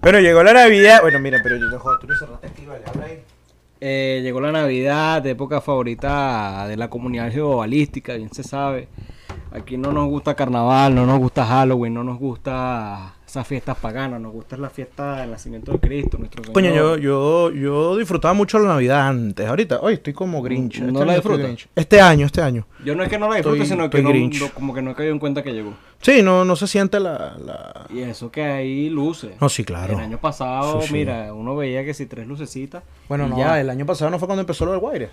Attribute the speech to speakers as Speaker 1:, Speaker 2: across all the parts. Speaker 1: Bueno, llegó la Navidad. Bueno, mira, pero yo te jodo, tú no cerraste aquí, vale, habla ahí.
Speaker 2: Eh, llegó la Navidad, época favorita de la comunidad geobalística, bien se sabe. Aquí no nos gusta carnaval, no nos gusta Halloween, no nos gusta esas fiestas paganas, nos gusta la fiesta del nacimiento de Cristo, nuestro Señor.
Speaker 1: Coño, yo, yo, yo disfrutaba mucho la Navidad antes. Ahorita, hoy estoy como Grinch.
Speaker 2: No
Speaker 1: Este año
Speaker 2: la
Speaker 1: estoy
Speaker 2: disfrutas.
Speaker 1: Grinch. Este año, este año.
Speaker 2: Yo no es que no la disfrute,
Speaker 1: Estoy-
Speaker 2: sino que
Speaker 1: estoy
Speaker 2: no,
Speaker 1: Grinch.
Speaker 2: no- como que no he caído en cuenta que llegó.
Speaker 1: Sí, no, no se siente la, la-
Speaker 2: Y eso que ahí luces.
Speaker 1: No, sí, claro.
Speaker 2: El año pasado,
Speaker 1: Eso sí.
Speaker 2: mira, uno veía que si tres lucecitas.
Speaker 1: Bueno,
Speaker 2: y
Speaker 1: no,
Speaker 2: ya.
Speaker 1: el año pasado no fue cuando empezó lo del Guaire.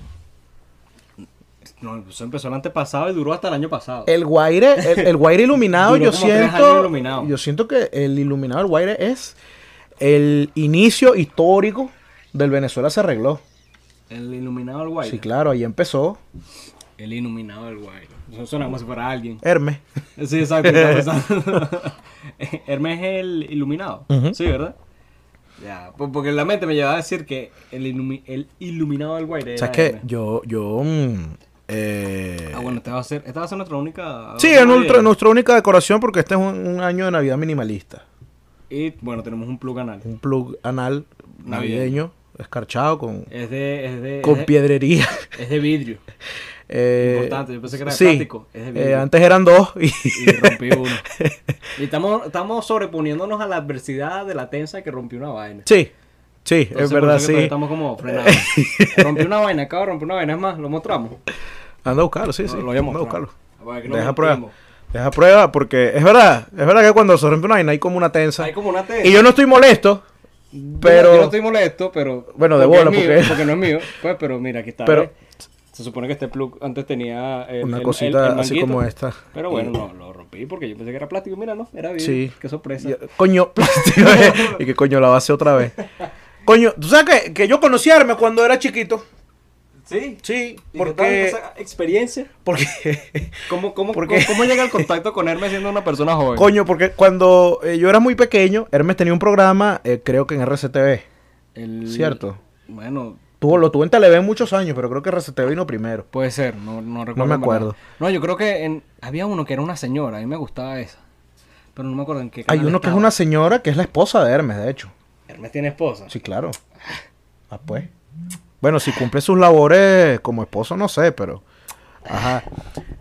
Speaker 2: No, eso empezó el antepasado y duró hasta el año pasado.
Speaker 1: El Guaire, el, el Guaire iluminado, yo
Speaker 2: Duró como tres
Speaker 1: siento.
Speaker 2: años iluminado.
Speaker 1: Yo siento que el iluminado del Guaire es el inicio histórico del Venezuela se arregló.
Speaker 2: El iluminado del guay.
Speaker 1: Sí, claro, ahí empezó
Speaker 2: El iluminado del guay. Eso suena como si fuera alguien.
Speaker 1: Hermes.
Speaker 2: Sí, exacto. estaba pensando. Hermes es el iluminado.
Speaker 1: Ujú.
Speaker 2: Sí, ¿verdad? Ya, po- porque la mente me llevaba a decir que el, ilumi- el iluminado del guay. era
Speaker 1: ¿Sabes qué?
Speaker 2: Hermes.
Speaker 1: Yo, yo. mm, eh,
Speaker 2: Ah, bueno, ah, esta va a ser, esta va a ser nuestra única.
Speaker 1: Sí, es nuestra, nuestra única decoración porque este es un, un año de Navidad minimalista.
Speaker 2: Y bueno, tenemos un plug anal.
Speaker 1: Un plug anal navideño, escarchado, con,
Speaker 2: Es de. Es de, es
Speaker 1: con
Speaker 2: de-
Speaker 1: piedrería.
Speaker 2: Es de vidrio.
Speaker 1: Eh,
Speaker 2: Importante, yo pensé que era de
Speaker 1: sí,
Speaker 2: plástico, es de
Speaker 1: eh,
Speaker 2: vidrio.
Speaker 1: antes eran dos y
Speaker 2: Y rompí uno. Y estamos, estamos sobreponiéndonos a la adversidad de la tensa que rompió una vaina.
Speaker 1: sí, sí, es
Speaker 2: Entonces, por
Speaker 1: verdad,
Speaker 2: eso que todavía
Speaker 1: sí.
Speaker 2: Estamos como frenados. Rompí una vaina, acabo de romper una vaina. Es más, lo mostramos.
Speaker 1: Anda a buscarlo, sí, sí.
Speaker 2: lo
Speaker 1: anda a
Speaker 2: habíamos
Speaker 1: buscarlo.
Speaker 2: Deja
Speaker 1: Deja prueba. Deja prueba porque es verdad, es verdad que cuando se rompe una vaina hay como una tensa.
Speaker 2: Hay como una tensa.
Speaker 1: Y yo no estoy molesto, pero
Speaker 2: Yo no estoy molesto, pero.
Speaker 1: Bueno, de
Speaker 2: porque
Speaker 1: bola,
Speaker 2: es mío,
Speaker 1: porque-
Speaker 2: no es mío. Pues, pero mira, aquí está.
Speaker 1: Pero-
Speaker 2: ¿ves? Se supone que este plug antes tenía. el-
Speaker 1: una
Speaker 2: el-
Speaker 1: cosita
Speaker 2: el- el
Speaker 1: así
Speaker 2: manguito.
Speaker 1: como esta.
Speaker 2: Pero bueno, no, lo rompí porque yo pensé que era plástico. Mira, no, era vidrio.
Speaker 1: Sí.
Speaker 2: Qué sorpresa.
Speaker 1: Y- Coño, plástico. eh. y que coño la base otra vez. Coño, tú sabes que, que yo conocí a Hermes cuando era chiquito.
Speaker 2: Sí.
Speaker 1: Sí,
Speaker 2: Porque
Speaker 1: porque.
Speaker 2: esa experiencia,
Speaker 1: Porque.
Speaker 2: ¿cómo, cómo,
Speaker 1: ¿Por
Speaker 2: cómo,
Speaker 1: qué?
Speaker 2: cómo llega el contacto con Hermes siendo una persona joven?
Speaker 1: coño, porque cuando eh, yo era muy pequeño, Hermes tenía un programa, eh, creo que en RCTV.
Speaker 2: El-
Speaker 1: Cierto.
Speaker 2: Bueno,
Speaker 1: Tuvo, lo tuvo en Televen muchos años, pero creo que RCTV vino primero.
Speaker 2: puede ser, no, no recuerdo.
Speaker 1: me
Speaker 2: en verdad.
Speaker 1: acuerdo.
Speaker 2: No, yo creo que en- había uno que era una señora, a mí me gustaba esa. Pero no me acuerdo en qué
Speaker 1: Hay
Speaker 2: canal
Speaker 1: uno que es
Speaker 2: estaba.
Speaker 1: una señora que es la esposa de Hermes, de hecho.
Speaker 2: Hermes tiene esposa.
Speaker 1: Sí, claro. Ah, pues. Bueno, si cumple sus labores como esposo, no sé, pero. Ajá.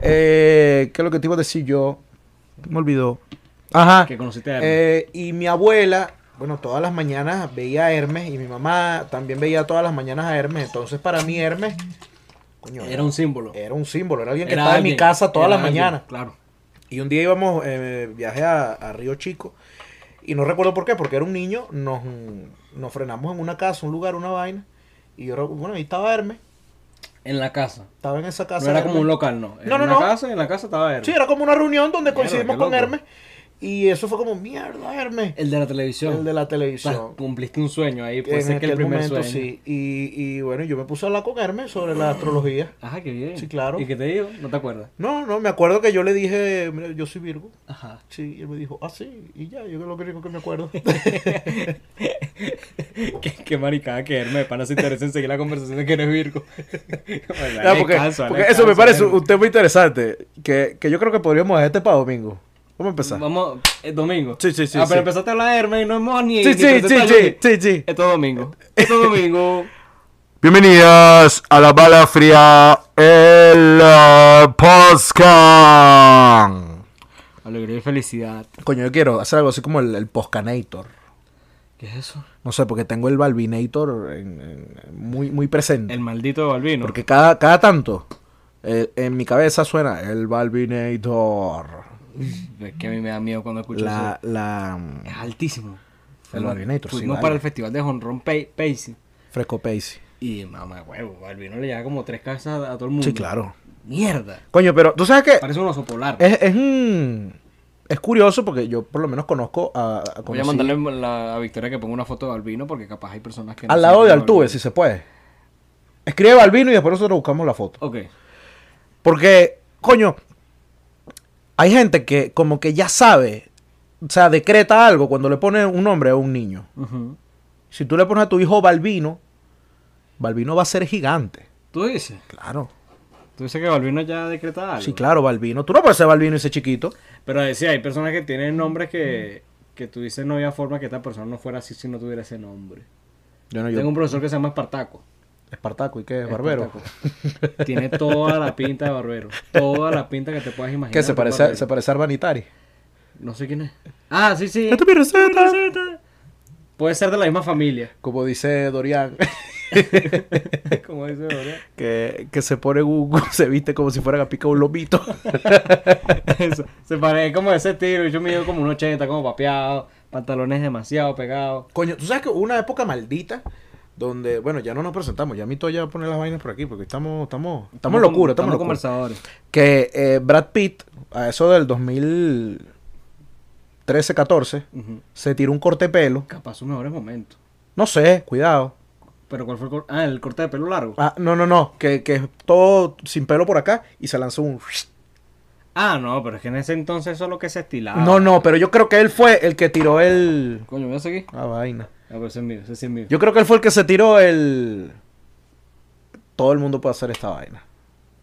Speaker 1: Eh, ¿Qué es lo que te iba a decir yo? Me olvidó. Ajá.
Speaker 2: Que conociste a Hermes.
Speaker 1: Eh, y mi abuela, bueno, todas las mañanas veía a Hermes y mi mamá también veía todas las mañanas a Hermes. Entonces, para mí, Hermes. Coño,
Speaker 2: era un símbolo.
Speaker 1: era un símbolo, era Eh, alguien que
Speaker 2: Era
Speaker 1: estaba en mi
Speaker 2: alguien,
Speaker 1: casa todas
Speaker 2: era
Speaker 1: las
Speaker 2: alguien,
Speaker 1: mañanas.
Speaker 2: Claro.
Speaker 1: Y un día íbamos, eh, viaje a, a Río Chico, y no recuerdo por qué, porque era un niño, nos, nos frenamos en una casa, un lugar, una vaina, y yo, recu- bueno, ahí estaba Hermes,
Speaker 2: En la casa.
Speaker 1: estaba en esa casa.
Speaker 2: No era
Speaker 1: Hermes.
Speaker 2: como un local, no. En
Speaker 1: No, no,
Speaker 2: una
Speaker 1: no.
Speaker 2: casa, en la casa estaba Hermes.
Speaker 1: Sí, era como una reunión donde
Speaker 2: Mierda,
Speaker 1: coincidimos
Speaker 2: qué
Speaker 1: con
Speaker 2: loco.
Speaker 1: Hermes, y eso fue como, mierda, Hermes,
Speaker 2: El de la televisión.
Speaker 1: el de la
Speaker 2: O sea,
Speaker 1: televisión.
Speaker 2: cumpliste un sueño ahí, puede
Speaker 1: En
Speaker 2: ser pues, que
Speaker 1: aquel
Speaker 2: el primer
Speaker 1: momento,
Speaker 2: sueño.
Speaker 1: sí. Y, y bueno, yo me puse a hablar con Hermes sobre la astrología.
Speaker 2: Ajá, qué bien.
Speaker 1: Sí, claro.
Speaker 2: ¿Y qué te digo? No te acuerdas.
Speaker 1: No, no, me acuerdo que yo le dije, mira, yo soy Virgo.
Speaker 2: Ajá.
Speaker 1: Sí, y él me dijo, ah, sí, y ya, yo es lo único que me acuerdo.
Speaker 2: Qué, qué maricada que Hermes, para no se interesa en seguir la conversación de que eres Virgo. Bueno,
Speaker 1: No,
Speaker 2: dale
Speaker 1: porque,
Speaker 2: descanso, dale
Speaker 1: porque eso me
Speaker 2: descanso,
Speaker 1: parece
Speaker 2: Hermes.
Speaker 1: un tema interesante que, que yo creo que podríamos dejar este para domingo. Vamos a empezar.
Speaker 2: Vamos, es domingo.
Speaker 1: Sí, sí, sí,
Speaker 2: Ah,
Speaker 1: sí.
Speaker 2: pero empezaste a hablar de Hermes y no hemos ni.
Speaker 1: Sí,
Speaker 2: ni
Speaker 1: sí, sí,
Speaker 2: presentado
Speaker 1: sí,
Speaker 2: ni-
Speaker 1: sí, sí.
Speaker 2: Esto es domingo. Esto es domingo.
Speaker 3: Bienvenidos a la bala fría, el eh, podcast.
Speaker 2: Alegría y felicidad.
Speaker 1: Coño, yo quiero hacer algo así como el, el Poscanator.
Speaker 2: ¿Qué es eso?
Speaker 1: No sé, porque tengo el Balvinator en- en- muy, muy presente.
Speaker 2: El maldito de Balbino.
Speaker 1: Porque cada, cada tanto eh, en mi cabeza suena el Balvinator.
Speaker 2: Es que a mí me da miedo cuando escucho
Speaker 1: La, la mm,
Speaker 2: eso. Es altísimo.
Speaker 1: El Balvinator, sí,
Speaker 2: Fuimos
Speaker 1: vale.
Speaker 2: para el festival de Honrón Pe- Pacey.
Speaker 1: Fresco Paisy.
Speaker 2: Y mamá, huevo, Balbino le lleva como tres casas a, a todo el mundo.
Speaker 1: Sí, claro.
Speaker 2: Mierda.
Speaker 1: Coño, pero tú sabes que
Speaker 2: Parece un oso polar.
Speaker 1: es, es, un- es curioso porque yo por lo menos conozco a... a-
Speaker 2: Voy a
Speaker 1: conocí-
Speaker 2: mandarle la, a Victoria que ponga una foto de Albino porque capaz hay personas que... no
Speaker 1: Al
Speaker 2: saben
Speaker 1: lado
Speaker 2: quién
Speaker 1: de
Speaker 2: es Balbino.
Speaker 1: Altuve, si se puede. Escribe Balbino y después nosotros buscamos la foto.
Speaker 2: Ok.
Speaker 1: Porque, coño, hay gente que como que ya sabe, o sea, decreta algo cuando le pone un nombre a un niño.
Speaker 2: Ujú.
Speaker 1: Si tú le pones a tu hijo Balbino, Balbino va a ser gigante.
Speaker 2: ¿Tú dices?
Speaker 1: Claro.
Speaker 2: ¿Tú dices que Balbino ya decreta algo?
Speaker 1: Sí, claro, Balbino. Tú no puedes ser Balbino y ser chiquito.
Speaker 2: Pero decía, hay personas que tienen nombres que, que tú dices no había forma que esta persona no fuera así si no tuviera ese nombre.
Speaker 1: Yo no, yo.
Speaker 2: Tengo un profesor que se llama Espartaco.
Speaker 1: Espartaco, ¿y qué? Barbero.
Speaker 2: Espartaco. Tiene toda la pinta de barbero. Toda la pinta que te puedas imaginar.
Speaker 1: ¿Qué se
Speaker 2: de
Speaker 1: parece,
Speaker 2: barbero.
Speaker 1: se parece a Vanitari?
Speaker 2: No sé quién es. Ah, sí, sí.
Speaker 1: Esta es mi receta.
Speaker 2: Puede ser de la misma familia.
Speaker 1: Como dice Dorian,
Speaker 2: Como dice Dorian.
Speaker 1: que, que se pone un, se viste como si fuera a picar un lobito.
Speaker 2: Eso. Se parece como ese tiro. Yo me como un 80, como papeado. Pantalones demasiado pegados.
Speaker 1: Coño, tú sabes que hubo una época maldita donde, bueno, ya no nos presentamos, ya Mito ya va a poner las vainas por aquí, porque estamos, estamos, estamos
Speaker 2: con-
Speaker 1: locura, estamos, locura.
Speaker 2: conversadores.
Speaker 1: Que eh, Brad Pitt, a eso del 2013, 14,
Speaker 2: Ujú.
Speaker 1: se tiró un corte de pelo.
Speaker 2: Capaz sus mejores momentos.
Speaker 1: No sé, cuidado.
Speaker 2: Pero ¿cuál fue el corte? Ah, el corte de pelo largo.
Speaker 1: Ah, no, no, no, que, que es todo sin pelo por acá y se lanzó un...
Speaker 2: Ah, no, pero es que en ese entonces eso es lo que se estilaba.
Speaker 1: No, no, pero yo creo que él fue el que tiró el...
Speaker 2: Coño, ¿me vas aquí?
Speaker 1: Ah, vaina.
Speaker 2: Ah, pero ese es mío, ese sí es mío.
Speaker 1: Yo creo que él fue el que se tiró el... Todo el mundo puede hacer esta vaina.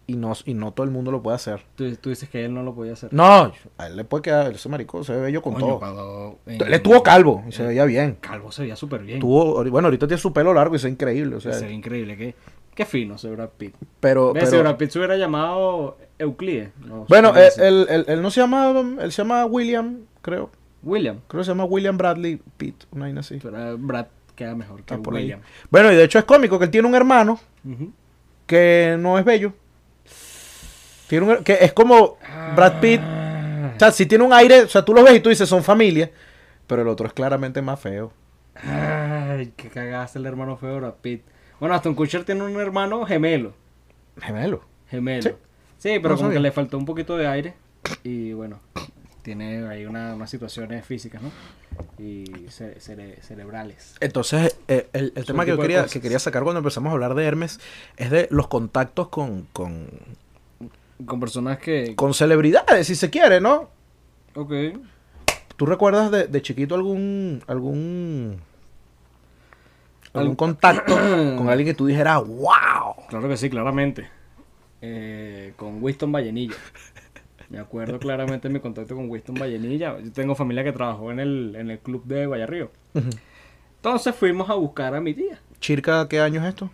Speaker 1: Y no, y no todo el mundo lo puede hacer.
Speaker 2: Tú, tú dices que él no lo podía hacer.
Speaker 1: No, a él le puede quedar, ese maricón se ve bello con
Speaker 2: Coño, eh.
Speaker 1: todo.
Speaker 2: cuando-
Speaker 1: Él estuvo calvo y se veía bien.
Speaker 2: Calvo se veía súper bien.
Speaker 1: Tuvo, bueno, ahorita tiene su pelo largo y eso es increíble. O sea,
Speaker 2: se ve increíble. Qué, qué fino ese Brad Pitt.
Speaker 1: pero,
Speaker 2: ¿Ves? Si
Speaker 1: pero-
Speaker 2: Brad Pitt se hubiera llamado Euclides. No,
Speaker 1: bueno, eh,
Speaker 2: se llama
Speaker 1: él,
Speaker 2: así.
Speaker 1: él- él- él no se llama, él se llama William, creo.
Speaker 2: William.
Speaker 1: Creo que se llama William Bradley Pitt, una vaina así.
Speaker 2: Pero Brad queda mejor que
Speaker 1: Está por ahí.
Speaker 2: William.
Speaker 1: Bueno, y de hecho es cómico que él tiene un hermano
Speaker 2: Ujú.
Speaker 1: que no es bello. Tiene un her- que es como Brad Pitt.
Speaker 2: Ah,
Speaker 1: O sea, si tiene un aire, o sea, tú lo ves y tú dices son familia, pero el otro es claramente más feo.
Speaker 2: Ay, qué cagaste el hermano feo de Brad Pitt. Bueno, Aston Kutcher tiene un hermano gemelo.
Speaker 1: Gemelo.
Speaker 2: Gemelo.
Speaker 1: Sí.
Speaker 2: Sí, pero
Speaker 1: No
Speaker 2: como
Speaker 1: sabía.
Speaker 2: que le faltó un poquito de aire. Y bueno, tiene ahí una- unas situaciones físicas, ¿no? Y cere- cere- cerebrales.
Speaker 1: Entonces, eh, el, el tema que yo
Speaker 2: tipo de
Speaker 1: quería,
Speaker 2: cosas.
Speaker 1: que quería sacar cuando empezamos a hablar de Hermes es de los contactos con, con,
Speaker 2: Con personas que.
Speaker 1: con celebridades, si se quiere, ¿no?
Speaker 2: Ok.
Speaker 1: ¿Tú recuerdas de, de chiquito algún algún algún
Speaker 2: Al-
Speaker 1: contacto con alguien que tú dijeras, wow?
Speaker 2: Claro que sí, claramente. Eh, con Winston Vallenilla. Me acuerdo claramente de mi contacto con Winston Vallenilla. Yo tengo familia que trabajó en el, en el club de Vallarrío. Entonces fuimos a buscar a mi tía.
Speaker 1: Chirca, ¿qué año es esto?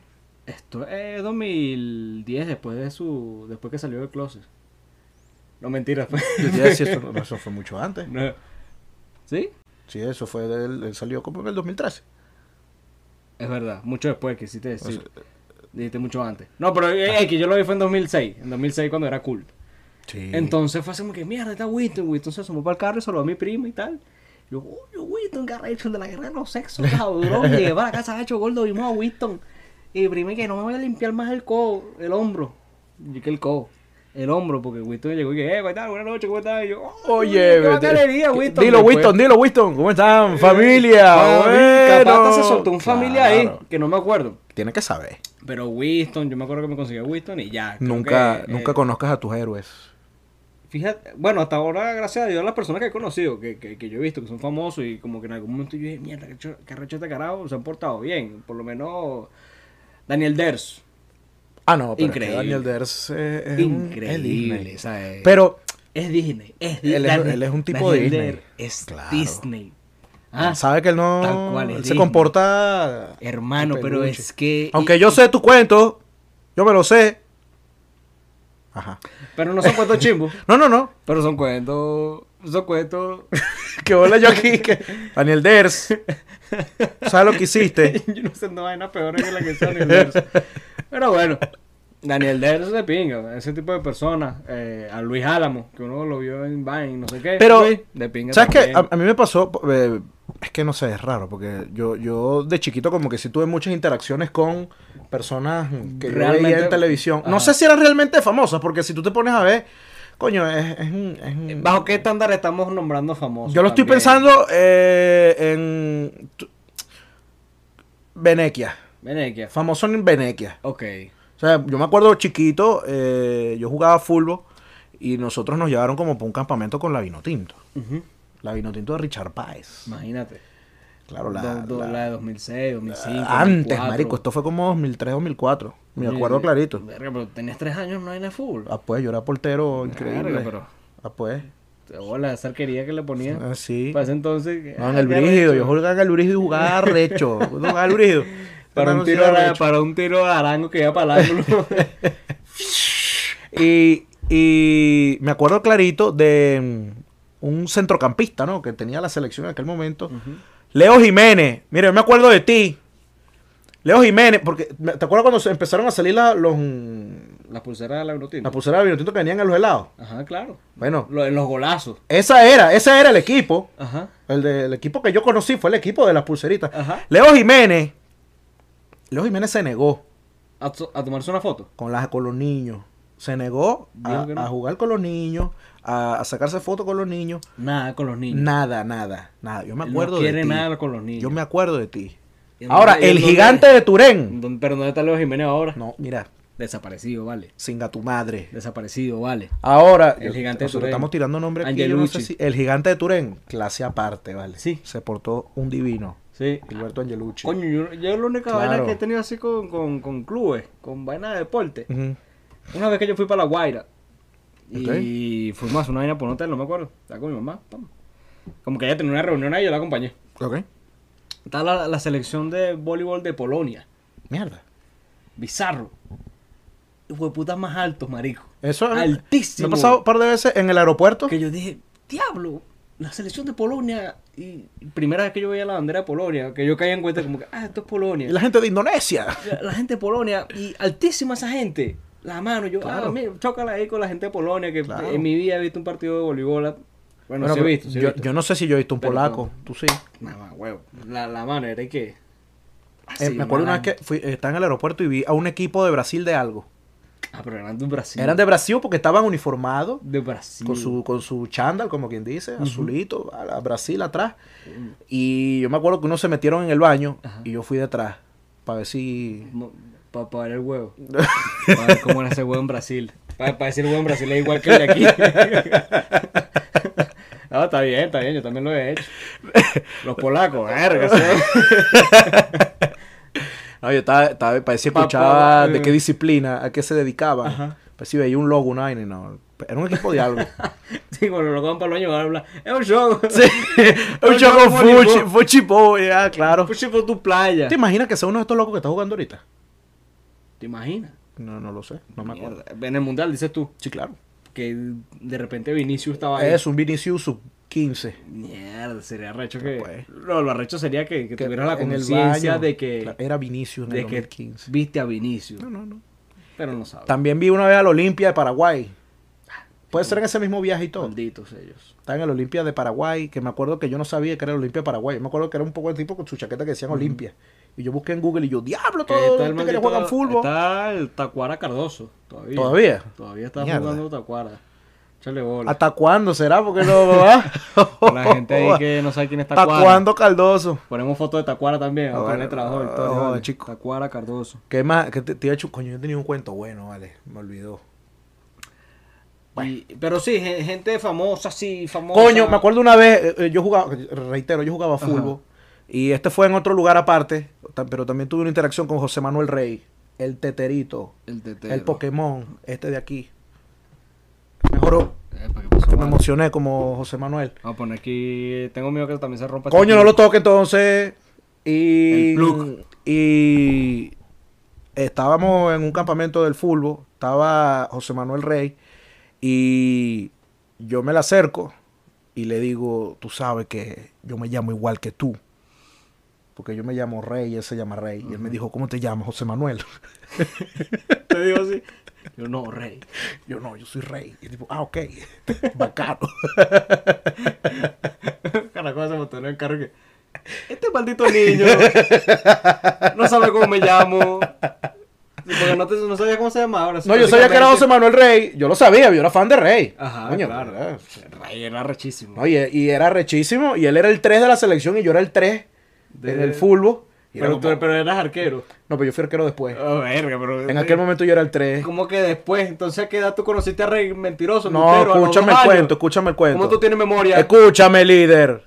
Speaker 2: Esto es 2010, después de su. después que salió del closet. No mentira, fue.
Speaker 1: Yo te iba a decir, eso, no, eso fue mucho antes.
Speaker 2: No. ¿Sí?
Speaker 1: Sí, eso fue del, él salió como en el 2013.
Speaker 2: Es verdad, mucho después que hiciste decir. Dijiste mucho antes. No, pero eh, eh, que yo lo vi fue en 2006. En 2006 cuando era cool.
Speaker 1: Sí.
Speaker 2: Entonces fue así como que, mierda, está Winston. Winston se asomó para el carro y saludó a mi prima y tal. Yo, uy, Winston, que arrecho, el de la guerra de los sexos, cabrón. Llegué para la casa, hecho gordo, vimos a Winston. Y mi prima que no me voy a limpiar más el codo, el hombro. Y yo, que el codo. El hombro, porque Winston llegó y que, eh, ¿cómo estás? Buenas noches, ¿cómo estás? Y yo, "Oh,
Speaker 1: Oye,
Speaker 2: qué
Speaker 1: vete-
Speaker 2: bacanería, Winston.
Speaker 1: dilo
Speaker 2: Después-
Speaker 1: Winston, dilo Winston, ¿cómo están? Familia.
Speaker 2: Familia, capaz hasta
Speaker 1: bueno.
Speaker 2: se soltó un familia
Speaker 1: Claro.
Speaker 2: ahí, que no me acuerdo.
Speaker 1: Tiene que saber.
Speaker 2: Pero Winston, yo me acuerdo que me consiguió Winston y ya. creo
Speaker 1: Nunca,
Speaker 2: que, eh,
Speaker 1: nunca conozcas a tus héroes.
Speaker 2: Fíjate, bueno, hasta ahora, gracias a Dios, las personas que he conocido, que, que, que yo he visto, que son famosos y como que en algún momento yo dije, mierda, qué cho- qué arrecho este carajo, se han portado bien. Por lo menos Daniel Ders.
Speaker 1: Ah, no, pero es que
Speaker 2: Increíble.
Speaker 1: Daniel Ders eh, es un- es
Speaker 2: Increíble,
Speaker 1: Disney.
Speaker 2: ¿sabes?
Speaker 1: Pero
Speaker 2: es Disney, es Disney.
Speaker 1: Él es- él es un tipo de Disney.
Speaker 2: es
Speaker 1: Claro.
Speaker 2: Disney. Ah,
Speaker 1: sabe que él no
Speaker 2: tal cual, es Eh,
Speaker 1: él se
Speaker 2: Disney.
Speaker 1: comporta.
Speaker 2: hermano, pero
Speaker 1: peluche.
Speaker 2: es que.
Speaker 1: Aunque yo sé tu cuento, yo me lo sé. Ajá.
Speaker 2: Pero no son cuentos chimbos.
Speaker 1: No, no, no.
Speaker 2: Pero son cuentos. Son cuentos.
Speaker 1: Que hola yo aquí. que- Daniel Ders. ¿Sabes lo que hiciste?
Speaker 2: yo no sé, no hay nada peor que la que hizo Daniel Ders. Pero bueno, Daniel Ders de pinga, ese tipo de personas. Eh, a Luis Álamo, que uno lo vio en Vine, no sé qué.
Speaker 1: Pero,
Speaker 2: Luis, de pinga.
Speaker 1: ¿Sabes qué?
Speaker 2: también.
Speaker 1: A, a mí me pasó. eh, es que no sé, es raro. Porque yo, yo de chiquito, como que sí tuve muchas interacciones con personas que yo
Speaker 2: Realmente-
Speaker 1: veía en televisión. No
Speaker 2: Ajá.
Speaker 1: sé si eran realmente famosas. Porque si tú te pones a ver, coño, es. es, un- es un-
Speaker 2: ¿Bajo qué estándar estamos nombrando famosos?
Speaker 1: Yo lo estoy
Speaker 2: también?
Speaker 1: pensando eh, en. tu- Venequia.
Speaker 2: Ven aquí.
Speaker 1: Famoso en Venequia.
Speaker 2: Ok.
Speaker 1: O sea, yo me acuerdo chiquito, eh, yo jugaba fútbol y nosotros nos llevaron como para un campamento con la Vinotinto.
Speaker 2: Ujú.
Speaker 1: La Vinotinto de Richard Páez.
Speaker 2: Imagínate.
Speaker 1: Claro, la.
Speaker 2: Do- do-
Speaker 1: la- Ah,
Speaker 2: la de 2006, 2005.
Speaker 1: antes,
Speaker 2: 2004.
Speaker 1: marico, esto fue como 2003, 2004. Me
Speaker 2: Oye,
Speaker 1: acuerdo clarito.
Speaker 2: Verga, pero tenías tres años no en el fútbol.
Speaker 1: Ah, pues, yo era portero increíble.
Speaker 2: pero-
Speaker 1: Ah, pues.
Speaker 2: Hola, esa arquería que le ponía.
Speaker 1: Ah, sí.
Speaker 2: Para ese entonces.
Speaker 1: No, en
Speaker 2: ah,
Speaker 1: el
Speaker 2: qué
Speaker 1: brígido.
Speaker 2: arrecho.
Speaker 1: Yo jugaba en el brígido y jugaba recho. Jugaba al brígido.
Speaker 2: Para un,
Speaker 1: Hermano, sí
Speaker 2: tiro
Speaker 1: era
Speaker 2: a,
Speaker 1: recho.
Speaker 2: para un tiro a arango que iba para el ángulo.
Speaker 1: Y, y me acuerdo clarito de mm, un centrocampista, ¿no? Que tenía la selección en aquel momento. Leo Jiménez. Mira, yo me acuerdo de ti. Leo Jiménez, porque me- ¿te acuerdas cuando se empezaron a salir la- los, mm,
Speaker 2: la pulsera de la agrutina.
Speaker 1: la pulsera de Vinotinto que venían en los helados?
Speaker 2: Ajá, claro.
Speaker 1: Bueno,
Speaker 2: Lo- en los golazos.
Speaker 1: esa era, ese era el equipo.
Speaker 2: Ajá.
Speaker 1: El, de- el equipo que yo conocí fue el equipo de las pulseritas.
Speaker 2: Ajá.
Speaker 1: Leo Jiménez. Leo Jiménez se negó
Speaker 2: A, to- a tomarse una foto.
Speaker 1: con, las, con los niños. Se negó a,
Speaker 2: Dijo que no.
Speaker 1: a jugar con los niños, a, a sacarse fotos con los niños.
Speaker 2: Nada con los niños.
Speaker 1: Nada, nada, nada. Yo me
Speaker 2: Él
Speaker 1: acuerdo
Speaker 2: no
Speaker 1: de
Speaker 2: quiere
Speaker 1: ti.
Speaker 2: nada con los niños.
Speaker 1: Yo me acuerdo de ti.
Speaker 2: ¿Y en
Speaker 1: Ahora,
Speaker 2: dónde- y en
Speaker 1: el
Speaker 2: dónde-
Speaker 1: gigante de Turén.
Speaker 2: ¿Dónde- Pero ¿dónde está Leo Jiménez ahora?
Speaker 1: No, mira,
Speaker 2: Desaparecido, vale.
Speaker 1: singa tu madre.
Speaker 2: Desaparecido, vale.
Speaker 1: Ahora,
Speaker 2: El
Speaker 1: yo-
Speaker 2: gigante de
Speaker 1: nosotros
Speaker 2: Turén.
Speaker 1: estamos tirando nombres aquí. yo no sé
Speaker 2: Angelucci.
Speaker 1: si- el gigante de Turén, clase aparte, vale.
Speaker 2: Sí.
Speaker 1: Se portó un divino.
Speaker 2: Sí.
Speaker 1: Gilberto Angelucci.
Speaker 2: Coño, yo, yo la única
Speaker 1: Claro.
Speaker 2: vaina que he tenido así con, con, con clubes, con vaina de deporte.
Speaker 1: Ujú.
Speaker 2: Una vez que yo fui para La Guaira y fuimos a hacer una vaina por un hotel, no me acuerdo. Estaba con mi mamá. pam. Como que ella tenía una reunión ahí, yo la acompañé.
Speaker 1: Ok.
Speaker 2: Está la, la selección de voleibol de Polonia.
Speaker 1: Mierda.
Speaker 2: Bizarro. Fue putas más altos, marico.
Speaker 1: Eso a mí-
Speaker 2: Altísimo.
Speaker 1: Me ha pasado un par de veces en el aeropuerto.
Speaker 2: Que yo dije, diablo, la selección de Polonia. Y primera vez que yo veía la bandera de Polonia, que yo caía en cuenta como que, ah, esto es Polonia.
Speaker 1: Y la gente de Indonesia.
Speaker 2: la, la gente de Polonia y altísima esa gente. La mano, yo, ah,
Speaker 1: Claro.
Speaker 2: mira, chócala ahí con la gente de Polonia, que
Speaker 1: Claro.
Speaker 2: en mi vida he visto un partido de voleibol. Bueno, sí he
Speaker 1: pero
Speaker 2: visto, sí he
Speaker 1: yo,
Speaker 2: visto.
Speaker 1: yo no sé si yo he visto un
Speaker 2: Pero
Speaker 1: polaco. Tú sí.
Speaker 2: Mamá, huevo. La, la mano, era Ah, que.
Speaker 1: Eh, me acuerdo una vez que fui, eh, estaba en el aeropuerto y vi a un equipo de Brasil de algo.
Speaker 2: Ah, pero eran de Brasil.
Speaker 1: Eran de Brasil porque estaban uniformados.
Speaker 2: de Brasil.
Speaker 1: con su, con su chándal, como quien dice, azulito, a la Brasil atrás. Y yo me acuerdo que unos se metieron en el baño
Speaker 2: Mm. Ajá.
Speaker 1: y yo fui detrás para ver si...
Speaker 2: Para ver el huevo. Para ver cómo era ese huevo en Brasil. Para decir huevo en Brasil es igual que el de aquí. No, está bien, está bien, yo también lo he hecho. Los polacos, verga, eso-
Speaker 1: No, yo estaba, estaba- parecía
Speaker 2: Pa-
Speaker 1: escuchaba
Speaker 2: pa-
Speaker 1: de qué disciplina, a qué se dedicaba.
Speaker 2: Ajá.
Speaker 1: Pues si veía un logo, una vaina y no. Era un equipo de algo.
Speaker 2: Sí, cuando lo cojan para el baño van a hablar. Es un show.
Speaker 1: sí. un
Speaker 2: Un
Speaker 1: show
Speaker 2: logo
Speaker 1: con fuchi,
Speaker 2: voleibol.
Speaker 1: fuchi boy, ah, claro.
Speaker 2: Fuchi Pues por tu playa.
Speaker 1: ¿Te imaginas que sea uno de estos locos que está jugando ahorita?
Speaker 2: ¿Te imaginas?
Speaker 1: No, no lo sé, no me acuerdo.
Speaker 2: Mierda. En el mundial dices tú
Speaker 1: Sí, claro.
Speaker 2: que de repente Vinicius estaba ahí.
Speaker 1: Es un Vinicius sub 15.
Speaker 2: Mierda, sería arrecho que.
Speaker 1: Pues.
Speaker 2: No, lo arrecho sería que, que
Speaker 1: Que
Speaker 2: tuvieras la
Speaker 1: en el
Speaker 2: conciencia
Speaker 1: baño,
Speaker 2: de que.
Speaker 1: claro, Era Vinicius en el
Speaker 2: De que
Speaker 1: 2015.
Speaker 2: viste a Vinicius.
Speaker 1: No, no, no.
Speaker 2: Pero no sabes.
Speaker 1: También vi una vez al Olimpia de Paraguay. Puede ser en ese mismo viaje y todo.
Speaker 2: Malditos ellos.
Speaker 1: Estaba en el Olimpia de Paraguay, que me acuerdo que yo no sabía que era el Olimpia de Paraguay. Yo me acuerdo que era un poco el tipo con su chaqueta que decían Olimpia. Y yo busqué en Google y yo, diablo,
Speaker 2: Que
Speaker 1: todo
Speaker 2: está
Speaker 1: el
Speaker 2: el
Speaker 1: que le
Speaker 2: maldito-
Speaker 1: juegan fútbol.
Speaker 2: Está el Tacuara Cardoso. Todavía.
Speaker 1: ¿Todavía?
Speaker 2: Todavía está
Speaker 1: Mierda.
Speaker 2: jugando Tacuara. Échale bola.
Speaker 1: ¿Hasta cuándo será? Porque no va.
Speaker 2: La gente ahí que no sabe quién es
Speaker 1: ¿Hasta
Speaker 2: Tacuara.
Speaker 1: cuándo Caldoso?
Speaker 2: Ponemos fotos de Tacuara también. Vamos a
Speaker 1: Ah,
Speaker 2: poner trabajo. y
Speaker 1: ah,
Speaker 2: todo,
Speaker 1: ah,
Speaker 2: vale.
Speaker 1: chico.
Speaker 2: Tacuara Cardoso.
Speaker 1: ¿Qué más? ¿Qué te, te iba a chu- Coño, yo tenía un cuento bueno, vale. Me olvidó.
Speaker 2: Y- pero sí, gen- gente famosa, sí, famosa.
Speaker 1: Coño, me acuerdo una vez, eh, eh, yo jugaba, reitero, yo jugaba fútbol. Y este fue en otro lugar aparte, ta- pero también tuve una interacción con José Manuel Rey, el teterito,
Speaker 2: El tetero.
Speaker 1: el Pokémon, este de aquí. Mejoró,
Speaker 2: Epa, ¿qué pasó,
Speaker 1: que me
Speaker 2: vale?
Speaker 1: emocioné como José Manuel.
Speaker 2: Vamos a poner aquí. Tengo miedo que también se rompa.
Speaker 1: Coño,
Speaker 2: este-
Speaker 1: no lo toque entonces. Y.
Speaker 2: El plug.
Speaker 1: Y. Estábamos en un campamento del fútbol. Estaba José Manuel Rey. Y yo me le acerco y le digo: Tú sabes que yo me llamo igual que tú. Porque yo me llamo Rey y él se llama Rey. Y él me dijo: ¿Cómo te llamas, José Manuel?
Speaker 2: Te digo así. Yo no, rey.
Speaker 1: Yo no, yo soy Rey. Y tipo, ah, ok. Bacano.
Speaker 2: Caracol se montó en el carro y que. Este maldito niño. no sabe cómo me llamo. Sí, Porque no, te, no sabía cómo se llamaba. ahora sí,
Speaker 1: No, yo sabía que era José
Speaker 2: básicamente-
Speaker 1: Manuel Rey. Yo lo sabía, yo era fan de Rey.
Speaker 2: Ajá,
Speaker 1: Coño,
Speaker 2: claro.
Speaker 1: ¿verdad?
Speaker 2: Rey era rechísimo.
Speaker 1: No, y, y era rechísimo. Y él era el 3 de la selección y yo era el 3
Speaker 2: De-
Speaker 1: en el fútbol. Y era
Speaker 2: pero,
Speaker 1: como-
Speaker 2: tú- pero eras arquero.
Speaker 1: No, pero yo fui arquero después.
Speaker 2: Ah, verga, pero.
Speaker 1: en aquel momento yo era el 3.
Speaker 2: ¿Cómo que después? Entonces, ¿a ¿qué edad tú conociste a Rey mentiroso?
Speaker 1: No,
Speaker 2: mentero, a los
Speaker 1: escúchame
Speaker 2: dos
Speaker 1: el
Speaker 2: años?
Speaker 1: cuento, escúchame el cuento.
Speaker 2: ¿Cómo tú tienes memoria?
Speaker 1: Escúchame, líder.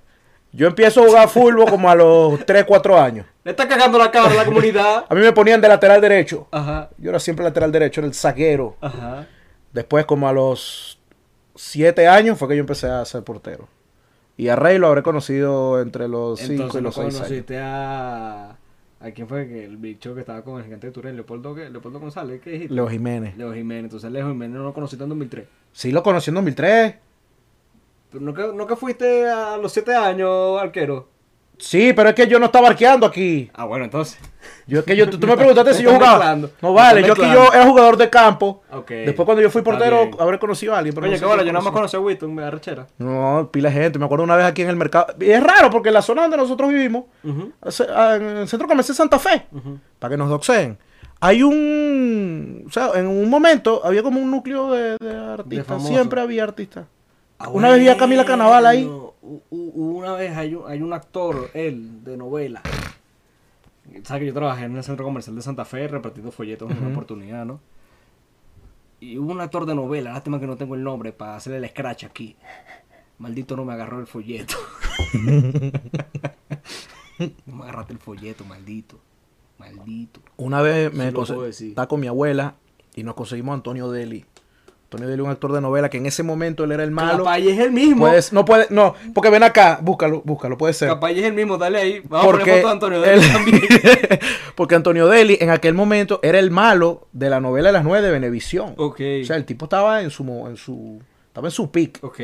Speaker 1: Yo empiezo a jugar fútbol como a los 3, 4 años.
Speaker 2: Le está cagando la cara a la comunidad.
Speaker 1: A mí me ponían de lateral derecho.
Speaker 2: Ajá,
Speaker 1: Yo era siempre lateral derecho, era el zaguero.
Speaker 2: ajá.
Speaker 1: Después, como a los siete años fue que yo empecé a ser portero. Y a Rey lo habré conocido entre los cinco y
Speaker 2: Entonces no
Speaker 1: los seis años.
Speaker 2: conociste a... ¿A quién fue que el bicho que estaba con el gigante de Turén? ¿Leopoldo qué? ¿Leopoldo González? ¿Qué dijiste?
Speaker 1: Leo Jiménez.
Speaker 2: Leo Jiménez. Entonces Leo Jiménez no lo conociste en 2003.
Speaker 1: Sí, lo conocí en 2003.
Speaker 2: Pero no que, no que fuiste a los 7 años arquero.
Speaker 1: Sí, pero es que yo no estaba arqueando aquí.
Speaker 2: Ah, bueno, entonces.
Speaker 1: Yo es que yo, tú, tú me preguntaste si yo
Speaker 2: Estás
Speaker 1: jugaba.
Speaker 2: mezclando.
Speaker 1: No vale, yo
Speaker 2: Estás
Speaker 1: aquí
Speaker 2: mezclando.
Speaker 1: yo era jugador de campo.
Speaker 2: Ok.
Speaker 1: Después cuando yo fui
Speaker 2: Está
Speaker 1: portero
Speaker 2: bien.
Speaker 1: habré conocido a alguien. Pero
Speaker 2: Oye,
Speaker 1: no sé
Speaker 2: qué
Speaker 1: si
Speaker 2: bola,
Speaker 1: lo
Speaker 2: yo nada más
Speaker 1: conocí.
Speaker 2: conocí a Winston, me da rechera.
Speaker 1: No, pila de gente. Me acuerdo una vez aquí en el mercado. Y es raro porque en la zona donde nosotros vivimos,
Speaker 2: Ujú,
Speaker 1: se- ah, en el centro comercial Santa Fe,
Speaker 2: ujú.
Speaker 1: para que nos doxeen. Hay un. O sea, en un momento había como un núcleo de, de artistas.
Speaker 2: famosos.
Speaker 1: Siempre había artistas. Una vez vi a Camila Canaval ahí.
Speaker 2: Ah, Bueno, u- u- Una vez hay un, hay un actor, él, de novela. Sabes que yo trabajé en el centro comercial de Santa Fe repartiendo folletos en una oportunidad, ¿no? Y hubo un actor de novela, lástima que no tengo el nombre para hacerle el scratch aquí. Maldito no me agarró el folleto. no me agarraste el folleto, maldito. Maldito.
Speaker 1: Una vez me
Speaker 2: Sí lo
Speaker 1: conse-
Speaker 2: puedo decir.
Speaker 1: estaba con mi abuela y nos conseguimos a Antonio Deli. Antonio Deli, un actor de novela que en ese momento él era el malo.
Speaker 2: Capaz y es el mismo.
Speaker 1: Puedes- no puede, no, porque ven acá, búscalo, búscalo, puede ser.
Speaker 2: Capaz y es el mismo, dale ahí. Vamos a poner
Speaker 1: porque
Speaker 2: foto de Antonio Deli
Speaker 1: él-
Speaker 2: también.
Speaker 1: porque Antonio Deli en aquel momento era el malo de la novela de las nueve de Benevisión.
Speaker 2: Ok.
Speaker 1: O sea, el tipo estaba en su mo- en su estaba en su pick.
Speaker 2: Ok.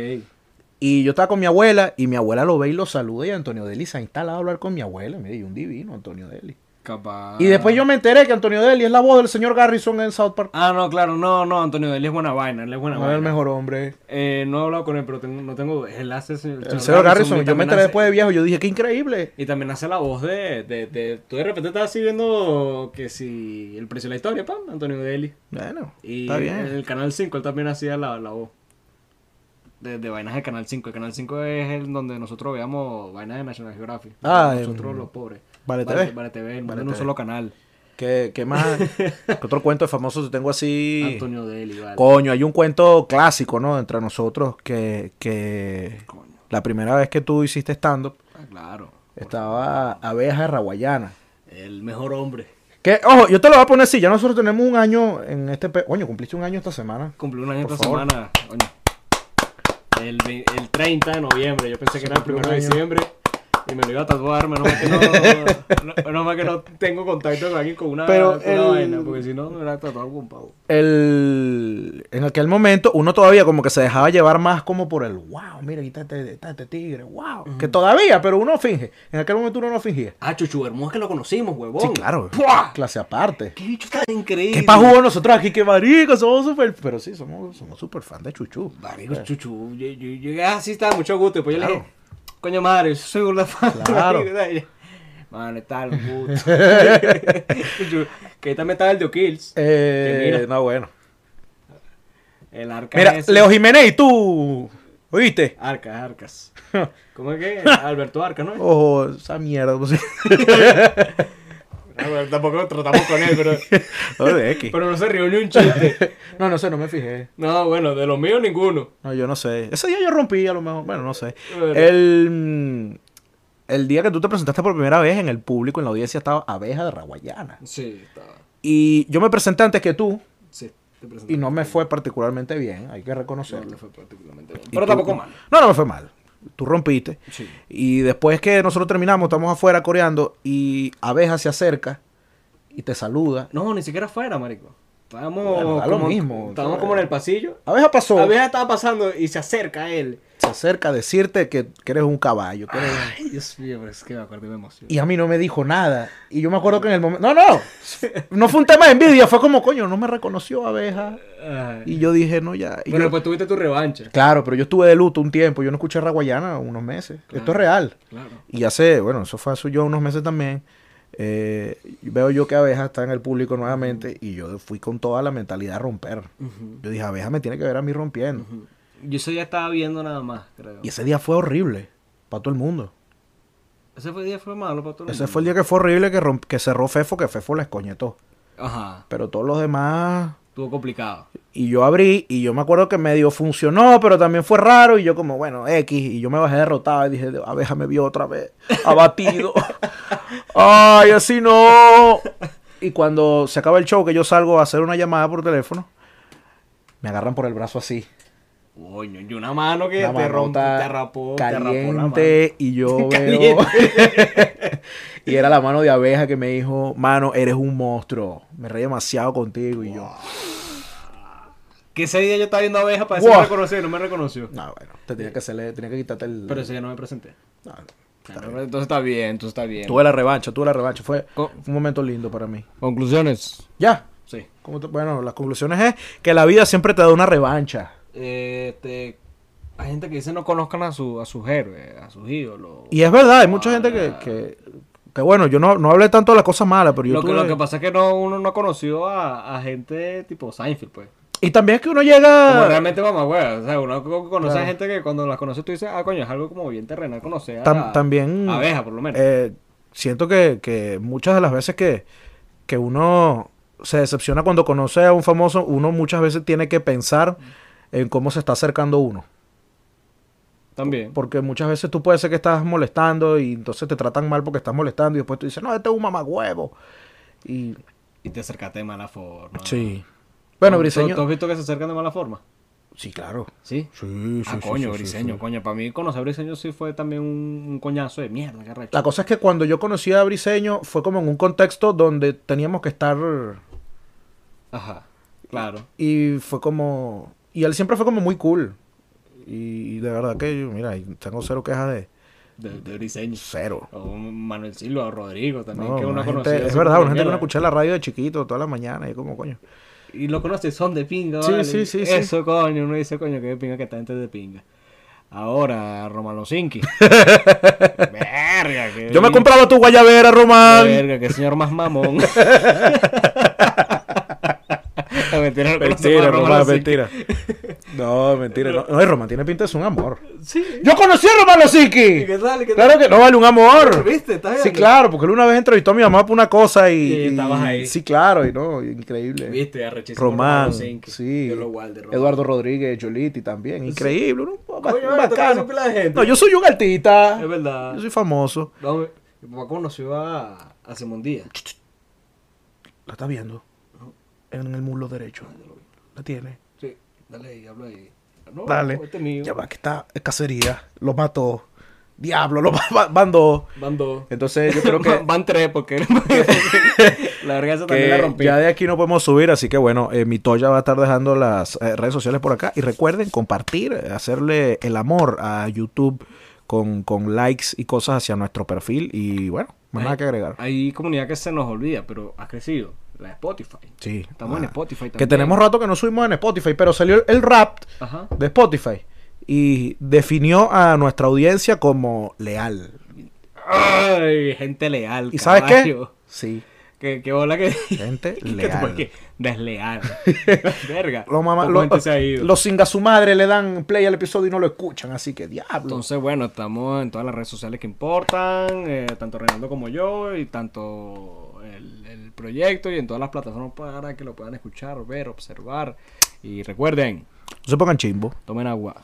Speaker 1: Y yo estaba con mi abuela y mi abuela lo ve y lo saluda y Antonio Deli se ha instalado a hablar con mi abuela, mira, y un divino Antonio Deli.
Speaker 2: Capaz.
Speaker 1: Y después yo me enteré que Antonio Deli es la voz del señor Garrison en South Park.
Speaker 2: Ah, no, claro, no, no, Antonio, él es buena vaina, él es buena
Speaker 1: No es
Speaker 2: vaina.
Speaker 1: el mejor hombre.
Speaker 2: Eh, no he hablado con él, pero tengo, no tengo. Él hace.
Speaker 1: El señor Garrison,
Speaker 2: y
Speaker 1: yo me
Speaker 2: también
Speaker 1: enteré
Speaker 2: hace-
Speaker 1: después de viejo, yo dije, qué increíble.
Speaker 2: Y también hace la voz de, de, de- Tú de repente estás así viendo que si. El precio de la historia, pam, Antonio Deli.
Speaker 1: Bueno,
Speaker 2: Y
Speaker 1: está bien.
Speaker 2: en el Canal 5 él también hacía la, la voz. De, de vainas de Canal 5. El Canal 5 es el donde nosotros veamos vainas de National Geographic.
Speaker 1: Ah,
Speaker 2: nosotros
Speaker 1: en-
Speaker 2: los pobres.
Speaker 1: Vale TV.
Speaker 2: Vale TV, el mundo
Speaker 1: Vale
Speaker 2: en un
Speaker 1: TV.
Speaker 2: solo canal.
Speaker 1: ¿Qué, qué más? ¿Qué otro cuento famoso tengo así?
Speaker 2: Antonio Deli, vale.
Speaker 1: Coño, hay un cuento clásico, ¿no? Entre nosotros que, que
Speaker 2: Coño.
Speaker 1: la primera vez que tú hiciste stand-up
Speaker 2: Ah, claro.
Speaker 1: estaba Abeja Raguayana.
Speaker 2: El mejor hombre.
Speaker 1: Que, ojo, yo te lo voy a poner así. Ya nosotros tenemos un año en este... pe- Coño, cumpliste un año esta semana.
Speaker 2: Cumplió un año
Speaker 1: Por
Speaker 2: esta
Speaker 1: favor.
Speaker 2: semana. coño. El, ve- el 30 de noviembre. Yo pensé que era el
Speaker 1: cumplió
Speaker 2: 1 de
Speaker 1: un año.
Speaker 2: diciembre. Y me lo iba a tatuar. Menos mal que no, no- menos mal que no tengo contacto con alguien con una,
Speaker 1: Pero
Speaker 2: con una
Speaker 1: el-
Speaker 2: vaina. Porque si no, me hubiera tatuado algún pavo.
Speaker 1: El, en aquel momento uno todavía como que se dejaba llevar más como por el wow, mira, quítate este tigre, wow. Que todavía, pero uno finge. En aquel momento uno no fingía.
Speaker 2: Ah, Chuchu Hermoso que lo conocimos, huevón.
Speaker 1: Sí, claro.
Speaker 2: ¡Puah!
Speaker 1: Clase aparte.
Speaker 2: ¡Qué bicho tan increíble!
Speaker 1: ¿Qué pa' jugó nosotros aquí? ¡Qué marico! Somos super... Pero sí, somos, somos super fan de Chuchu.
Speaker 2: Marico, Chuchu. Yo, yo- yo llegué así, estaba mucho gusto. Después yo le
Speaker 1: Eh. Claro.
Speaker 2: dije, coño madre, yo soy burda fan.
Speaker 1: Claro.
Speaker 2: Mano, está el gusto. Chuchu, que ahí también estaba el de O'Kills.
Speaker 1: Eh,
Speaker 2: Que mira.
Speaker 1: no, bueno.
Speaker 2: El arca
Speaker 1: Mira,
Speaker 2: ese.
Speaker 1: Leo Jiménez y tú. ¿Oíste?
Speaker 2: Arcas, arcas. ¿Cómo es que? Alberto Arca, ¿no?
Speaker 1: Ojo, esa mierda. pues,
Speaker 2: Ah, bueno, tampoco tratamos con él, pero,
Speaker 1: no, de X.
Speaker 2: pero no se rió ni un chiste.
Speaker 1: No, no sé, no me fijé.
Speaker 2: No, bueno, de los míos ninguno.
Speaker 1: No, yo no sé. Ese día yo rompí, a lo mejor. Bueno, no sé.
Speaker 2: Bueno.
Speaker 1: El, mm, el día que tú te presentaste por primera vez en el público, en la audiencia, estaba Abeja de Raguayana.
Speaker 2: Sí, estaba.
Speaker 1: Y yo me presenté antes que tú
Speaker 2: Sí, te presenté.
Speaker 1: y no me fue particularmente bien, hay que
Speaker 2: No,
Speaker 1: reconocerlo.
Speaker 2: no fue particularmente bien.
Speaker 1: Y
Speaker 2: Pero
Speaker 1: tú-
Speaker 2: tampoco mal.
Speaker 1: No, no me fue mal. Tú rompiste.
Speaker 2: Sí.
Speaker 1: Y después que nosotros terminamos, estamos afuera coreando y Abeja se acerca y te saluda.
Speaker 2: No, ni siquiera fuera, marico. Estábamos
Speaker 1: Bueno, da lo
Speaker 2: como,
Speaker 1: mismo,
Speaker 2: estábamos
Speaker 1: ¿sabes?
Speaker 2: como en el pasillo.
Speaker 1: Abeja pasó,
Speaker 2: La vieja estaba pasando y se acerca a él.
Speaker 1: se acerca a decirte que, que eres un caballo. que eres-
Speaker 2: Ay, Dios mío, pero es que me acuerdo y me emociono.
Speaker 1: Y a mí no me dijo nada. Y yo me acuerdo que en el momento... No, no. No fue un tema de envidia, fue como, coño, no me reconoció Abeja.
Speaker 2: Ay.
Speaker 1: Y yo dije, no, ya. Y
Speaker 2: Bueno,
Speaker 1: yo-
Speaker 2: pues tuviste tu revancha.
Speaker 1: Claro, pero yo estuve de luto un tiempo. Yo no escuché Raguayana unos meses. Esto es real.
Speaker 2: Claro.
Speaker 1: Y hace, bueno, eso fue hace yo unos meses también. eh, veo yo que Abeja está en el público nuevamente y yo fui con toda la mentalidad a romper. Yo dije, Abeja me tiene que ver a mí rompiendo.
Speaker 2: Yo ese día estaba viendo nada más, creo.
Speaker 1: Y ese día fue horrible para todo el mundo.
Speaker 2: Ese fue el día fue malo para todo el
Speaker 1: Ese
Speaker 2: mundo.
Speaker 1: fue el día que fue horrible que, romp- que cerró Fefo, que Fefo la escoñetó.
Speaker 2: Ajá,
Speaker 1: Pero todos los demás...
Speaker 2: estuvo complicado.
Speaker 1: Y yo abrí y yo me acuerdo que medio funcionó, pero también fue raro. Y yo como, bueno, X. Y yo me bajé derrotado y dije, abeja me vio otra vez, abatido. Ay, así no. Y cuando se acaba el show, que yo salgo a hacer una llamada por teléfono, me agarran por el brazo así.
Speaker 2: Coño, y una mano que
Speaker 1: La
Speaker 2: te rompió,
Speaker 1: manota
Speaker 2: te rapó, te rapó la mano.
Speaker 1: caliente y yo veo y era la mano de abeja que me dijo mano eres un monstruo me reí demasiado contigo y yo
Speaker 2: Que ese día yo estaba viendo abeja para decirme
Speaker 1: Wow.
Speaker 2: reconoció y no me reconoció.
Speaker 1: no bueno te tenía que hacerle tenía que quitarte el
Speaker 2: Pero ese día no me presenté.
Speaker 1: No, no.
Speaker 2: Entonces está bien, entonces está bien.
Speaker 1: tuve la revancha tuve la revancha fue,
Speaker 2: Co-
Speaker 1: fue un momento lindo para mí
Speaker 2: Conclusiones.
Speaker 1: ya
Speaker 2: Sí.
Speaker 1: ¿Cómo te- bueno las conclusiones es que la vida siempre te da una revancha
Speaker 2: Este, hay gente que dice no conozcan a, su, a sus héroes, a sus ídolos.
Speaker 1: y es verdad hay mucha gente
Speaker 2: Ah.
Speaker 1: que, que que bueno yo no, no hablé tanto de las cosas malas pero yo
Speaker 2: lo, que, lo
Speaker 1: tuve-
Speaker 2: que pasa es que no, uno no conoció a, a gente tipo Seinfeld, pues.
Speaker 1: y también es que uno
Speaker 2: Como
Speaker 1: llega
Speaker 2: realmente mamá, O sea, uno co- conoce a
Speaker 1: Ah. Claro.
Speaker 2: gente que cuando las conoces tú dices, ah, coño, es algo como bien terrenal conocer a
Speaker 1: Tam-
Speaker 2: la
Speaker 1: también
Speaker 2: abeja, por lo menos.
Speaker 1: eh, siento que, que muchas de las veces que, que uno se decepciona cuando conoce a un famoso, uno muchas veces tiene que pensar en cómo se está acercando uno.
Speaker 2: también.
Speaker 1: Porque muchas veces tú puedes ser que estás molestando y entonces te tratan mal porque estás molestando y después tú dices, no, este es un mamagüevo. Y
Speaker 2: Y te acercaste de mala forma.
Speaker 1: sí. Bueno,
Speaker 2: ¿Tú-
Speaker 1: Briseño.
Speaker 2: ¿Tú has visto que se acercan de mala forma?
Speaker 1: Sí, claro.
Speaker 2: Sí.
Speaker 1: Sí,
Speaker 2: ah,
Speaker 1: sí, sí,
Speaker 2: coño,
Speaker 1: sí, sí,
Speaker 2: Briseño,
Speaker 1: sí.
Speaker 2: coño. Para mí conocer a Briseño sí fue también un, un coñazo de mierda, qué arrecho.
Speaker 1: La cosa es que cuando yo conocí a Briseño fue como en un contexto donde teníamos que estar
Speaker 2: Ajá, claro.
Speaker 1: Y fue como. Y él siempre fue como muy cool. Y, de verdad que yo, mira, tengo cero quejas de.
Speaker 2: De, de Briseño.
Speaker 1: Cero.
Speaker 2: O un Manuel Silva, o Rodrigo también,
Speaker 1: No,
Speaker 2: que uno
Speaker 1: una gente-
Speaker 2: conocía.
Speaker 1: es
Speaker 2: así
Speaker 1: verdad,
Speaker 2: como
Speaker 1: una gente que
Speaker 2: mierda.
Speaker 1: no escuchaba la radio de chiquito toda la mañana y como coño.
Speaker 2: Y lo conoces, son de pinga,
Speaker 1: Sí,
Speaker 2: ¿vale?
Speaker 1: sí, sí, sí.
Speaker 2: Eso, coño, uno dice, coño, qué pinga que esta gente es de pinga. Ahora, Romanosinki. Verga, que
Speaker 1: Yo me compraba tu guayabera, Román.
Speaker 2: Verga, qué señor más mamón. mentira, no conocemos a
Speaker 1: Mentira, Román,
Speaker 2: Romanosinsky.
Speaker 1: mentira. No, mentira. No, no, y Román tiene pinta de ser un amor.
Speaker 2: Sí.
Speaker 1: Yo conocí a Román
Speaker 2: ¿Y
Speaker 1: Losinsky.
Speaker 2: ¿Qué tal? ¿Qué tal?
Speaker 1: Claro que no vale un amor.
Speaker 2: ¿Viste? ¿Estás
Speaker 1: Sí,
Speaker 2: viendo?
Speaker 1: claro, porque él una vez entrevistó a mi mamá por una cosa y.
Speaker 2: Y estabas ahí.
Speaker 1: Sí, claro, y no, increíble.
Speaker 2: ¿Viste? Arrechísimo.
Speaker 1: Román,
Speaker 2: Romanosinsky.
Speaker 1: sí.
Speaker 2: Yo lo guardo, Román.
Speaker 1: Eduardo Rodríguez, Yoliti también. Increíble, ¿no? Ba-
Speaker 2: Coño, vale,
Speaker 1: bacano.
Speaker 2: tocaste pila de gente.
Speaker 1: No, yo soy un artista.
Speaker 2: Es verdad.
Speaker 1: Yo soy famoso.
Speaker 2: No, mi mi papá conoció a, a Simón Díaz.
Speaker 1: La está viendo. En el muslo derecho. La tiene.
Speaker 2: Sí, dale ahí, habla ahí. No,
Speaker 1: Dale.
Speaker 2: este es mío.
Speaker 1: Ya va, que está es cacería. Lo mató. Diablo, lo ma- mandó.
Speaker 2: Van dos.
Speaker 1: Entonces yo creo que,
Speaker 2: Van- Van tres, porque la verga esa también la
Speaker 1: que
Speaker 2: rompí.
Speaker 1: ya de aquí no podemos subir. Así que bueno, eh, mi Toya va a estar dejando las eh, redes sociales por acá. Y recuerden compartir, eh, hacerle el amor a YouTube con, con likes y cosas hacia nuestro perfil. Y bueno, más
Speaker 2: Ay.
Speaker 1: nada que agregar.
Speaker 2: Hay comunidad que se nos olvida, pero ha crecido. La de Spotify.
Speaker 1: Sí.
Speaker 2: Estamos en
Speaker 1: Ah.
Speaker 2: Spotify también.
Speaker 1: Que tenemos rato que no subimos en Spotify, pero salió el- el rap
Speaker 2: Ajá.
Speaker 1: de Spotify y definió a nuestra audiencia como leal.
Speaker 2: Ay, gente leal.
Speaker 1: ¿Y sabes qué?
Speaker 2: caballo.
Speaker 1: Sí,
Speaker 2: Que, que bola que.
Speaker 1: gente
Speaker 2: que tú, ¿por
Speaker 1: leal.
Speaker 2: qué? Desleal. verga.
Speaker 1: Los mamá-
Speaker 2: Poca
Speaker 1: los-
Speaker 2: gente se ha ido.
Speaker 1: los singa su madre le dan play al episodio y no lo escuchan, así que diablo.
Speaker 2: Entonces, bueno, estamos en todas las redes sociales que importan, eh, tanto Reinaldo como yo, y tanto el, el proyecto, y en todas las plataformas para que lo puedan escuchar, ver, observar. Y recuerden,
Speaker 1: No se pongan chimbo.
Speaker 2: tomen agua.